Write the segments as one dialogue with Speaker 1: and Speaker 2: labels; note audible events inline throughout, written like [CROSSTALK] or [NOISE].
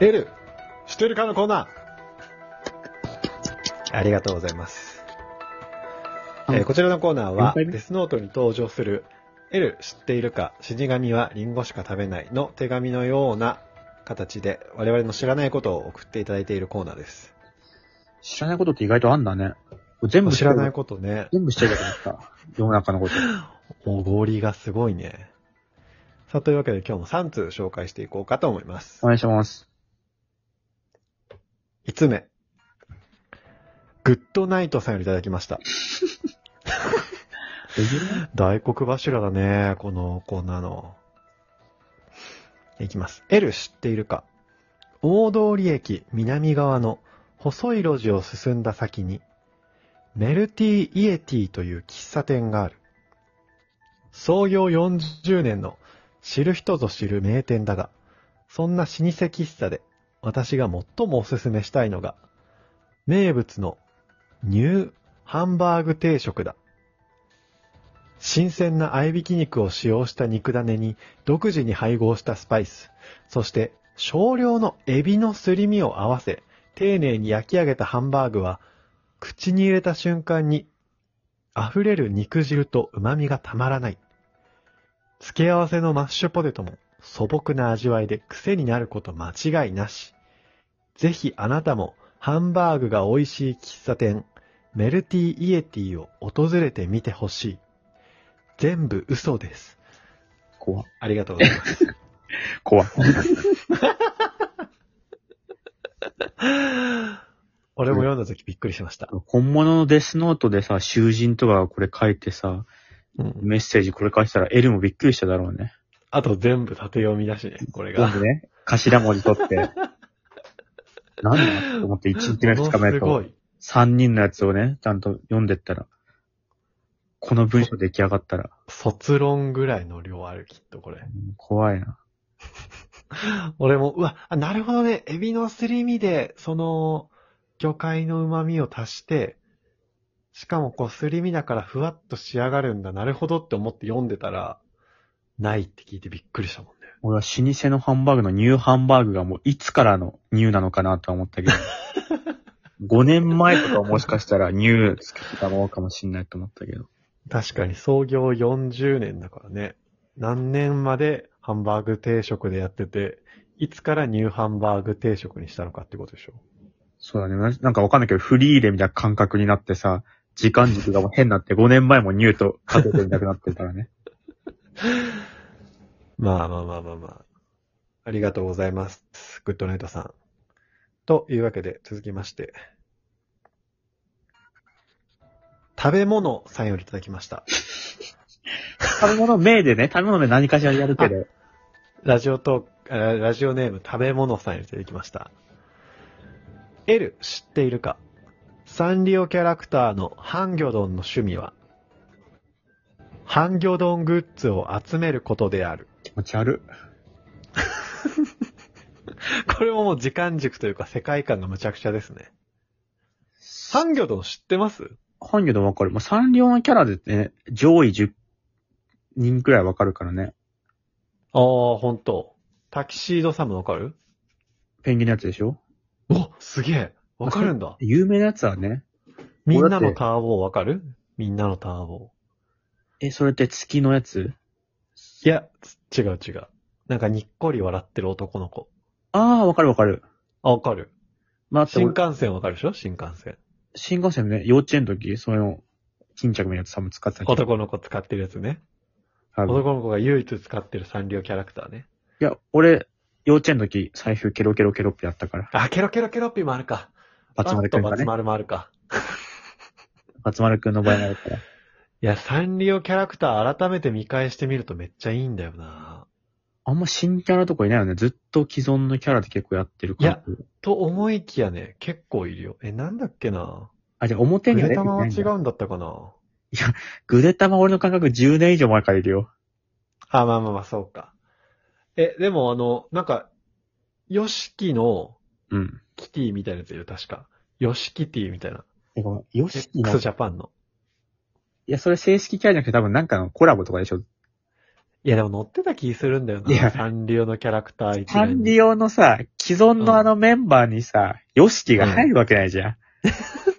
Speaker 1: L、知ってるかのコーナー。ありがとうございます。えーこちらのコーナーは、
Speaker 2: 四回目
Speaker 1: デスノートに登場する、L 知っているか、死神はリンゴしか食べないの手紙のような形で、我々の知らないことを送っていただいているコーナーです。
Speaker 2: 知らないことって意外とあんだね。全部
Speaker 1: 知らない
Speaker 2: こと。
Speaker 1: ことね、
Speaker 2: 全部知っちゃいたく
Speaker 1: [LAUGHS]
Speaker 2: なった。世の中のこと。
Speaker 1: おごりがすごいね。さあ、というわけで今日も3通紹介していこうかと思います
Speaker 2: お。願いします。
Speaker 1: 5つ目。グッドナイトさんよりいただきました。
Speaker 2: できる
Speaker 1: 大黒柱だね、このコーナーの。いきます。L 知っているか大通駅南側の細い路地を進んだ先に、メルティーイエティという喫茶店がある。創業40年の知る人ぞ知る名店だが、そんな老舗喫茶で私が最もおすすめしたいのが、名物のニューハンバーグ定食だ。新鮮な合いびき肉を使用した肉種に独自に配合したスパイス、そして少量のエビのすり身を合わせ、丁寧に焼き上げたハンバーグは、口に入れた瞬間に、溢れる肉汁と旨味がたまらない。付け合わせのマッシュポテトも素朴な味わいで癖になること間違いなし。ぜひあなたもハンバーグが美味しい喫茶店、メルティーイエティを訪れてみてほしい。全部嘘です。
Speaker 2: 怖。
Speaker 1: ありがとうございます。
Speaker 2: 怖。
Speaker 1: [LAUGHS] 俺も読んだ時びっくりしました。
Speaker 2: 本物のデスノートでさ、囚人とかがこれ書いてさ、
Speaker 1: うん、
Speaker 2: メッセージこれ書いてたら L もびっくりしただろうね。
Speaker 1: あと全部縦読みだしね、これ
Speaker 2: 全
Speaker 1: が。
Speaker 2: 部ね、頭文字
Speaker 1: [LAUGHS]
Speaker 2: 取って。なんだと思って1日目2日目
Speaker 1: ものす
Speaker 2: と
Speaker 1: ご、い。
Speaker 2: 3人のやつをね、ちゃんと読んでったら、この文章出来上がったら、
Speaker 1: 卒論ぐらいの量ある、きっとこれ。
Speaker 2: 怖いな。
Speaker 1: 俺も、うわ、あなるほどね、エビのすり身で、その、魚介の旨味を足して、しかもこう、すり身だからふわっと仕上がるんだ、なるほどって思って読んでたら、ないって聞いてびっくりしたもんね。
Speaker 2: 俺は老舗のハンバーグのニューハンバーグがもういつからのニューなのかなとは思ったけど、5年前とかもしかしたらニューつけてたものかもしんないと思ったけど。
Speaker 1: 確かに創業40年だからね。何年までハンバーグ定食でやってて、いつからニューハンバーグ定食にしたのかってことでしょ。
Speaker 2: そうだね。ななんかわかんないけど、フリーでみたいな感覚になってさ、時間軸がもう変になって、5年前もニューとかけてみたくなってたらね。
Speaker 1: まあまあまあまあまあ。ありがとうございます。グッドナイトさん。というわけで続きまして。食べ物さんよりいただきました。
Speaker 2: 食べ物名でね、食べ物名何かしらやるけど、
Speaker 1: ラジオトークあ、ラジオネーム食べ物さんよりいただきました。L 知っているかサンリオキャラクターのハンギョドンの趣味は、ハンギョドングッズを集めることである。
Speaker 2: 気持ち悪い。
Speaker 1: これももう時間軸というか世界観がむちゃくちゃですね。ハンギョドン知ってます
Speaker 2: 本業でもわかる。もうサンリオのキャラでね、上位10人くらいわかるからね。
Speaker 1: ああ、本当。タキシードサムわかる
Speaker 2: ペンギンのやつでしょ
Speaker 1: おすげえわかるんだ
Speaker 2: 有名なやつはね、
Speaker 1: みんなのターボーわかるみんなのターボ
Speaker 2: え、それって月のやつ
Speaker 1: ー。いや、違う違う。なんかにっこり笑ってる男の子。
Speaker 2: ああ、わかるわかる。
Speaker 1: あ、わかる。
Speaker 2: まあ、あと
Speaker 1: 新幹線わかるでしょ新幹線。
Speaker 2: 新幹線ね、幼稚園の時、その、巾着のやつさも使ってたけど。
Speaker 1: 男の子使ってるやつね。
Speaker 2: 多分
Speaker 1: 男の子が唯一使ってるサンリオキャラクターね。
Speaker 2: いや、俺、幼稚園の時、財布ケロケロケロってやったから。
Speaker 1: あ、ケロケロケロッピーもあるか。
Speaker 2: バツマルく
Speaker 1: と
Speaker 2: んが
Speaker 1: バツ
Speaker 2: ね。
Speaker 1: マルもあるか。
Speaker 2: バツマルくんの場合になるから。
Speaker 1: いや、サンリオキャラクター改めて見返してみるとめっちゃいいんだよな
Speaker 2: あんま新キャラとかいないよね。ずっと既存のキャラで結構やってるから。
Speaker 1: と思いきやね、結構いるよ。え、なんだっけな
Speaker 2: あ、じゃあ表
Speaker 1: グ
Speaker 2: には
Speaker 1: レ
Speaker 2: 出
Speaker 1: タ
Speaker 2: て
Speaker 1: マ
Speaker 2: な
Speaker 1: はい
Speaker 2: ん
Speaker 1: 違
Speaker 2: だ。
Speaker 1: うんだったかな
Speaker 2: グレタマ俺の感覚10年以上前からいるよ。
Speaker 1: あ、まあまあまあ、そうか。え、でもあの、なんか、ヨシキの
Speaker 2: うん。
Speaker 1: キティみたいなやついる、確か。ヨシキティみたいな。
Speaker 2: てか、ヨシキの、
Speaker 1: X
Speaker 2: い
Speaker 1: ジャパンの。
Speaker 2: や、それ正式キャラじゃなくて多分なんかのコラボとかでしょ。
Speaker 1: いや、でも乗ってた気するんだよ
Speaker 2: い
Speaker 1: な。
Speaker 2: や
Speaker 1: サンリオのキャラクター一
Speaker 2: サ
Speaker 1: 覧に
Speaker 2: ンリオのさ、既存のあのメンバーにさ、ヨシキが入るわけないじゃん。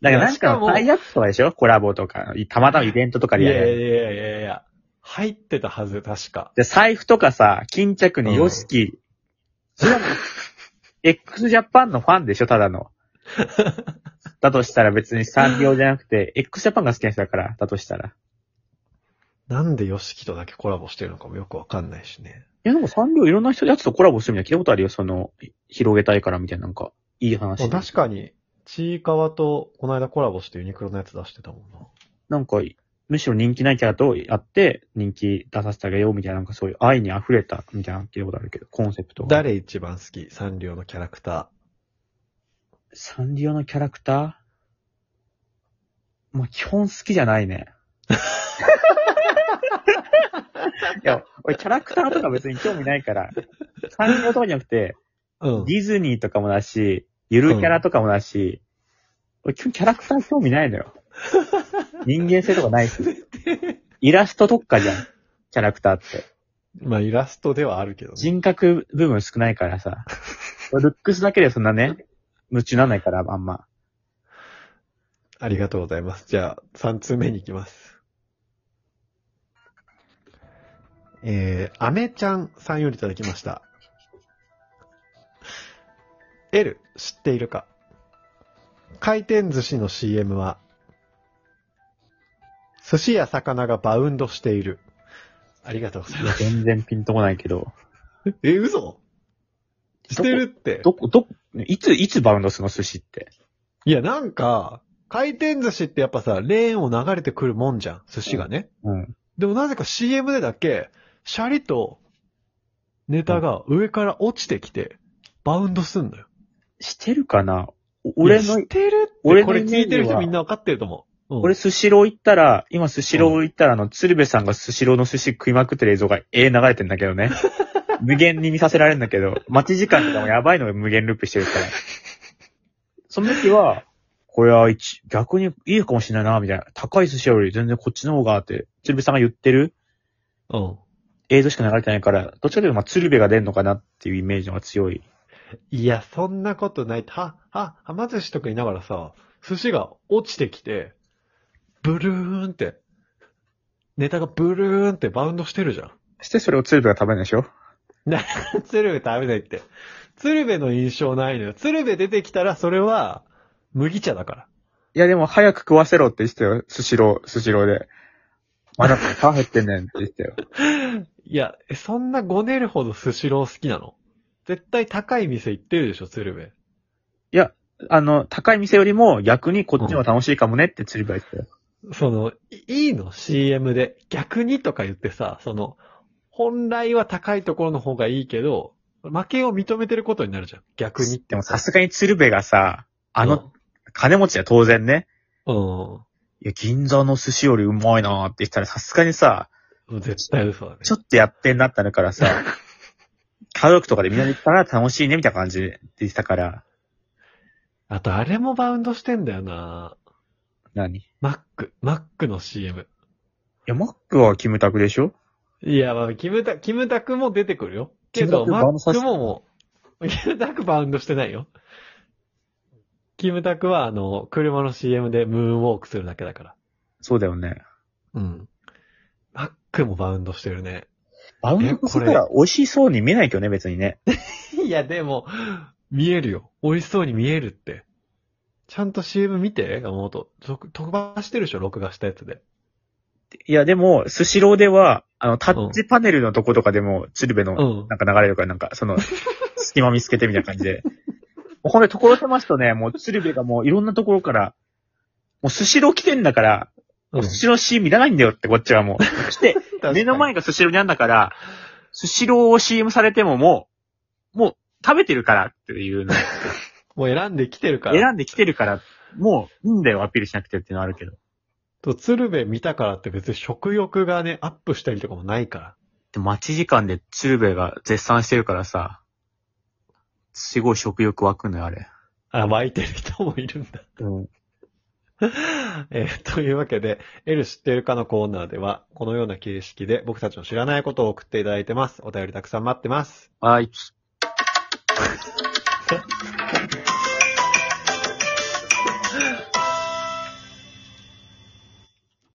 Speaker 2: だからなん
Speaker 1: しか
Speaker 2: か、
Speaker 1: も
Speaker 2: タイアップとかでしょコラボとか、いたまたまイベントとか
Speaker 1: い
Speaker 2: でやるや
Speaker 1: や
Speaker 2: ん。
Speaker 1: いやいやいやいや。入ってたはず、確か。
Speaker 2: で、財布とかさ、巾着にヨシキ、それはもう x ジャパンのファンでしょた
Speaker 1: [LAUGHS]
Speaker 2: だの。だとしたら別にサンリオじゃなくて、x ジャパンが好きな人だから、だとしたら。い
Speaker 1: なんでヨシキとだけコラボしてるのかもよくわかんないしね。
Speaker 2: や、でもサンリオいろんな人やつとコラボしてるみたいな聞いたことあるよ、その、広げたいからみたいな、なんか、いい話。
Speaker 1: 確かに、ちいかわとこの間コラボしてユニクロのやつ出してたもんな。
Speaker 2: なんか、むしろ人気ないキャラとやって、人気出させてあげようみたいな、なんかそういう愛に溢れたみたいな聞いたことあるけど、コンセプトが。
Speaker 1: 誰一番好きサンリオのキャラクタ
Speaker 2: サンリオのキャラクターまあ、基本好きじゃないね。いや、俺キャラクターとか別に興味ないから、サンリオとかじゃなくて、
Speaker 1: ー。う
Speaker 2: ディズニーとかもだし、ゆるキャラとかもだし、俺基本キャラクター興味ないのよ。人間性とかないし。イラスト特化じゃん。キャラクターって。
Speaker 1: まあ、イラストではあるけどね。
Speaker 2: 人格部分少ないからさ。ルックスだけでそんなね、夢中になんないから、あんま。
Speaker 1: ありがとうございます。じゃあ、3通目に行きます。えー、アメちゃんさんよりいただきました。L、知っているか回転寿司の CM は、寿司や魚がバウンドしている。ありがとうござい
Speaker 2: い
Speaker 1: ま
Speaker 2: や、
Speaker 1: す。
Speaker 2: 全然ピンとこないけど。
Speaker 1: え、嘘してるって。
Speaker 2: どこ、どこ、いつ、いつバウンドするの寿司って。
Speaker 1: いや、なんか、回転寿司ってやっぱさ、レーンを流れてくるもんじゃん。寿司がね。
Speaker 2: うん。
Speaker 1: でもなぜか CM でだけ、シャリとネタが上から落ちてきて、バウンドすんのよ。
Speaker 2: してるかなお俺
Speaker 1: い
Speaker 2: の
Speaker 1: や知っ、てるって、
Speaker 2: 俺の
Speaker 1: これ
Speaker 2: イメ
Speaker 1: 聞
Speaker 2: ージはい
Speaker 1: てる人みんなわかってると思う。うん
Speaker 2: 俺、スシロー行ったら、今スシロー行ったら、あの、鶴瓶さんがスシローの寿司食いまくってる映像が永遠流れてんだけ
Speaker 1: [LAUGHS]
Speaker 2: どね。無限に見させられるんだけど、待ち時間とかもやばいのが無限ループしてるから。その時は、これは一、逆にいいかもしれないな、みたいな。高い寿司より全然こっちの方がって、鶴瓶さんが言ってる
Speaker 1: うん。
Speaker 2: 映像しか流れてないから、どっちかというと、まあ、鶴瓶が出るのかなっていうイメージの方が強い。
Speaker 1: いや、そんなことない。は、は、はま寿司とか言いながらさ、寿司が落ちてきて、ブルーンって、ネタがブルーンってバウンドしてるじゃん。
Speaker 2: してそれを鶴瓶が食べるんでしょ
Speaker 1: [LAUGHS] 鶴瓶食べないって。鶴瓶の印象ないのよ。鶴瓶出てきたら、それは、麦茶だから。
Speaker 2: いやでも早く食わせろって言ってたよ。スシロー、スシローで。まだ腹減ってんねんって言ってたよ。
Speaker 1: いや、えそんなごねるほどスシロー好きなの絶対高い店行ってるでしょ、鶴瓶。
Speaker 2: あの、高い店よりも逆にこっちの方が楽しいかもねって釣り場言ってたよ。
Speaker 1: その、いいいの ?CM で。逆にとか言ってさ、その、本来は高いところの方がいいけど、負けを認めてることになるじゃん。逆にって。
Speaker 2: でもさすがに鶴瓶がさ、あ
Speaker 1: う
Speaker 2: の
Speaker 1: ん、
Speaker 2: 金持ちは当然ね。
Speaker 1: うん。
Speaker 2: いや、銀座の寿司よりうまいなーって言ったらさすがにさ、
Speaker 1: もう絶対嘘だね。
Speaker 2: ちょっとやってんなったのからさ、家族とかでみんなで行ったら楽しいねみたいな感じで言ってたから、
Speaker 1: あと、あれもバウンドしてんだよな
Speaker 2: 何い
Speaker 1: マック。マックの CM。
Speaker 2: や、マックはキムタクでしょ
Speaker 1: いや、まあ、キムタ、キムタクも出てくるよ。けど、
Speaker 2: キム
Speaker 1: マ
Speaker 2: タクバウンド
Speaker 1: ッ
Speaker 2: させ
Speaker 1: クももう、キムタクバウンドしてないよ。キムタクは、あの、車の CM でムーンウォークするだけだから。
Speaker 2: そうだよね。
Speaker 1: うん。マックもバウンドしてるね。
Speaker 2: バウンドするから美味しそうに見えないけどね、別にね。
Speaker 1: いや、でも、見えるよ。美味しそうに見えるって。ちゃんと CM 見て、山本。特特番してるでしょ、録画したやつで。
Speaker 2: いや、でも、スシローでは、あの、タッチパネルのとことかでも、鶴瓶
Speaker 1: う
Speaker 2: の、
Speaker 1: ん。
Speaker 2: なんか流れるから、なんか、 [LAUGHS] その、隙間見つけてみたいな感じで。 [LAUGHS] もうほんで、ところ狭ますとね、もう、鶴瓶がもう、いろんなところから、もう、スシロー来てんだから、
Speaker 1: うん
Speaker 2: スシロー CM いらないんだよって、こっちはもう。 [LAUGHS] して、目の前がスシローにあんだから、スシローを CM されてももう、もう、食べてるからっていうの、
Speaker 1: もう選んできて
Speaker 2: [LAUGHS]
Speaker 1: るから。
Speaker 2: 選んできてるから、もう、いいんだよ、アピールしなくてっていうのはあるけど。
Speaker 1: と、鶴瓶見たからって別に食欲がね、アップしたりとかもないから。
Speaker 2: で待ち時間で鶴瓶が絶賛してるからさ、すごい食欲湧くのよ、あれ。
Speaker 1: あ、湧いてる人もいるんだ。 [LAUGHS]
Speaker 2: うん。
Speaker 1: えーというわけで、L 知ってるかのコーナーでは、このような形式で僕たちの知らないことを送っていただいてます。お便りたくさん待ってます。
Speaker 2: はい。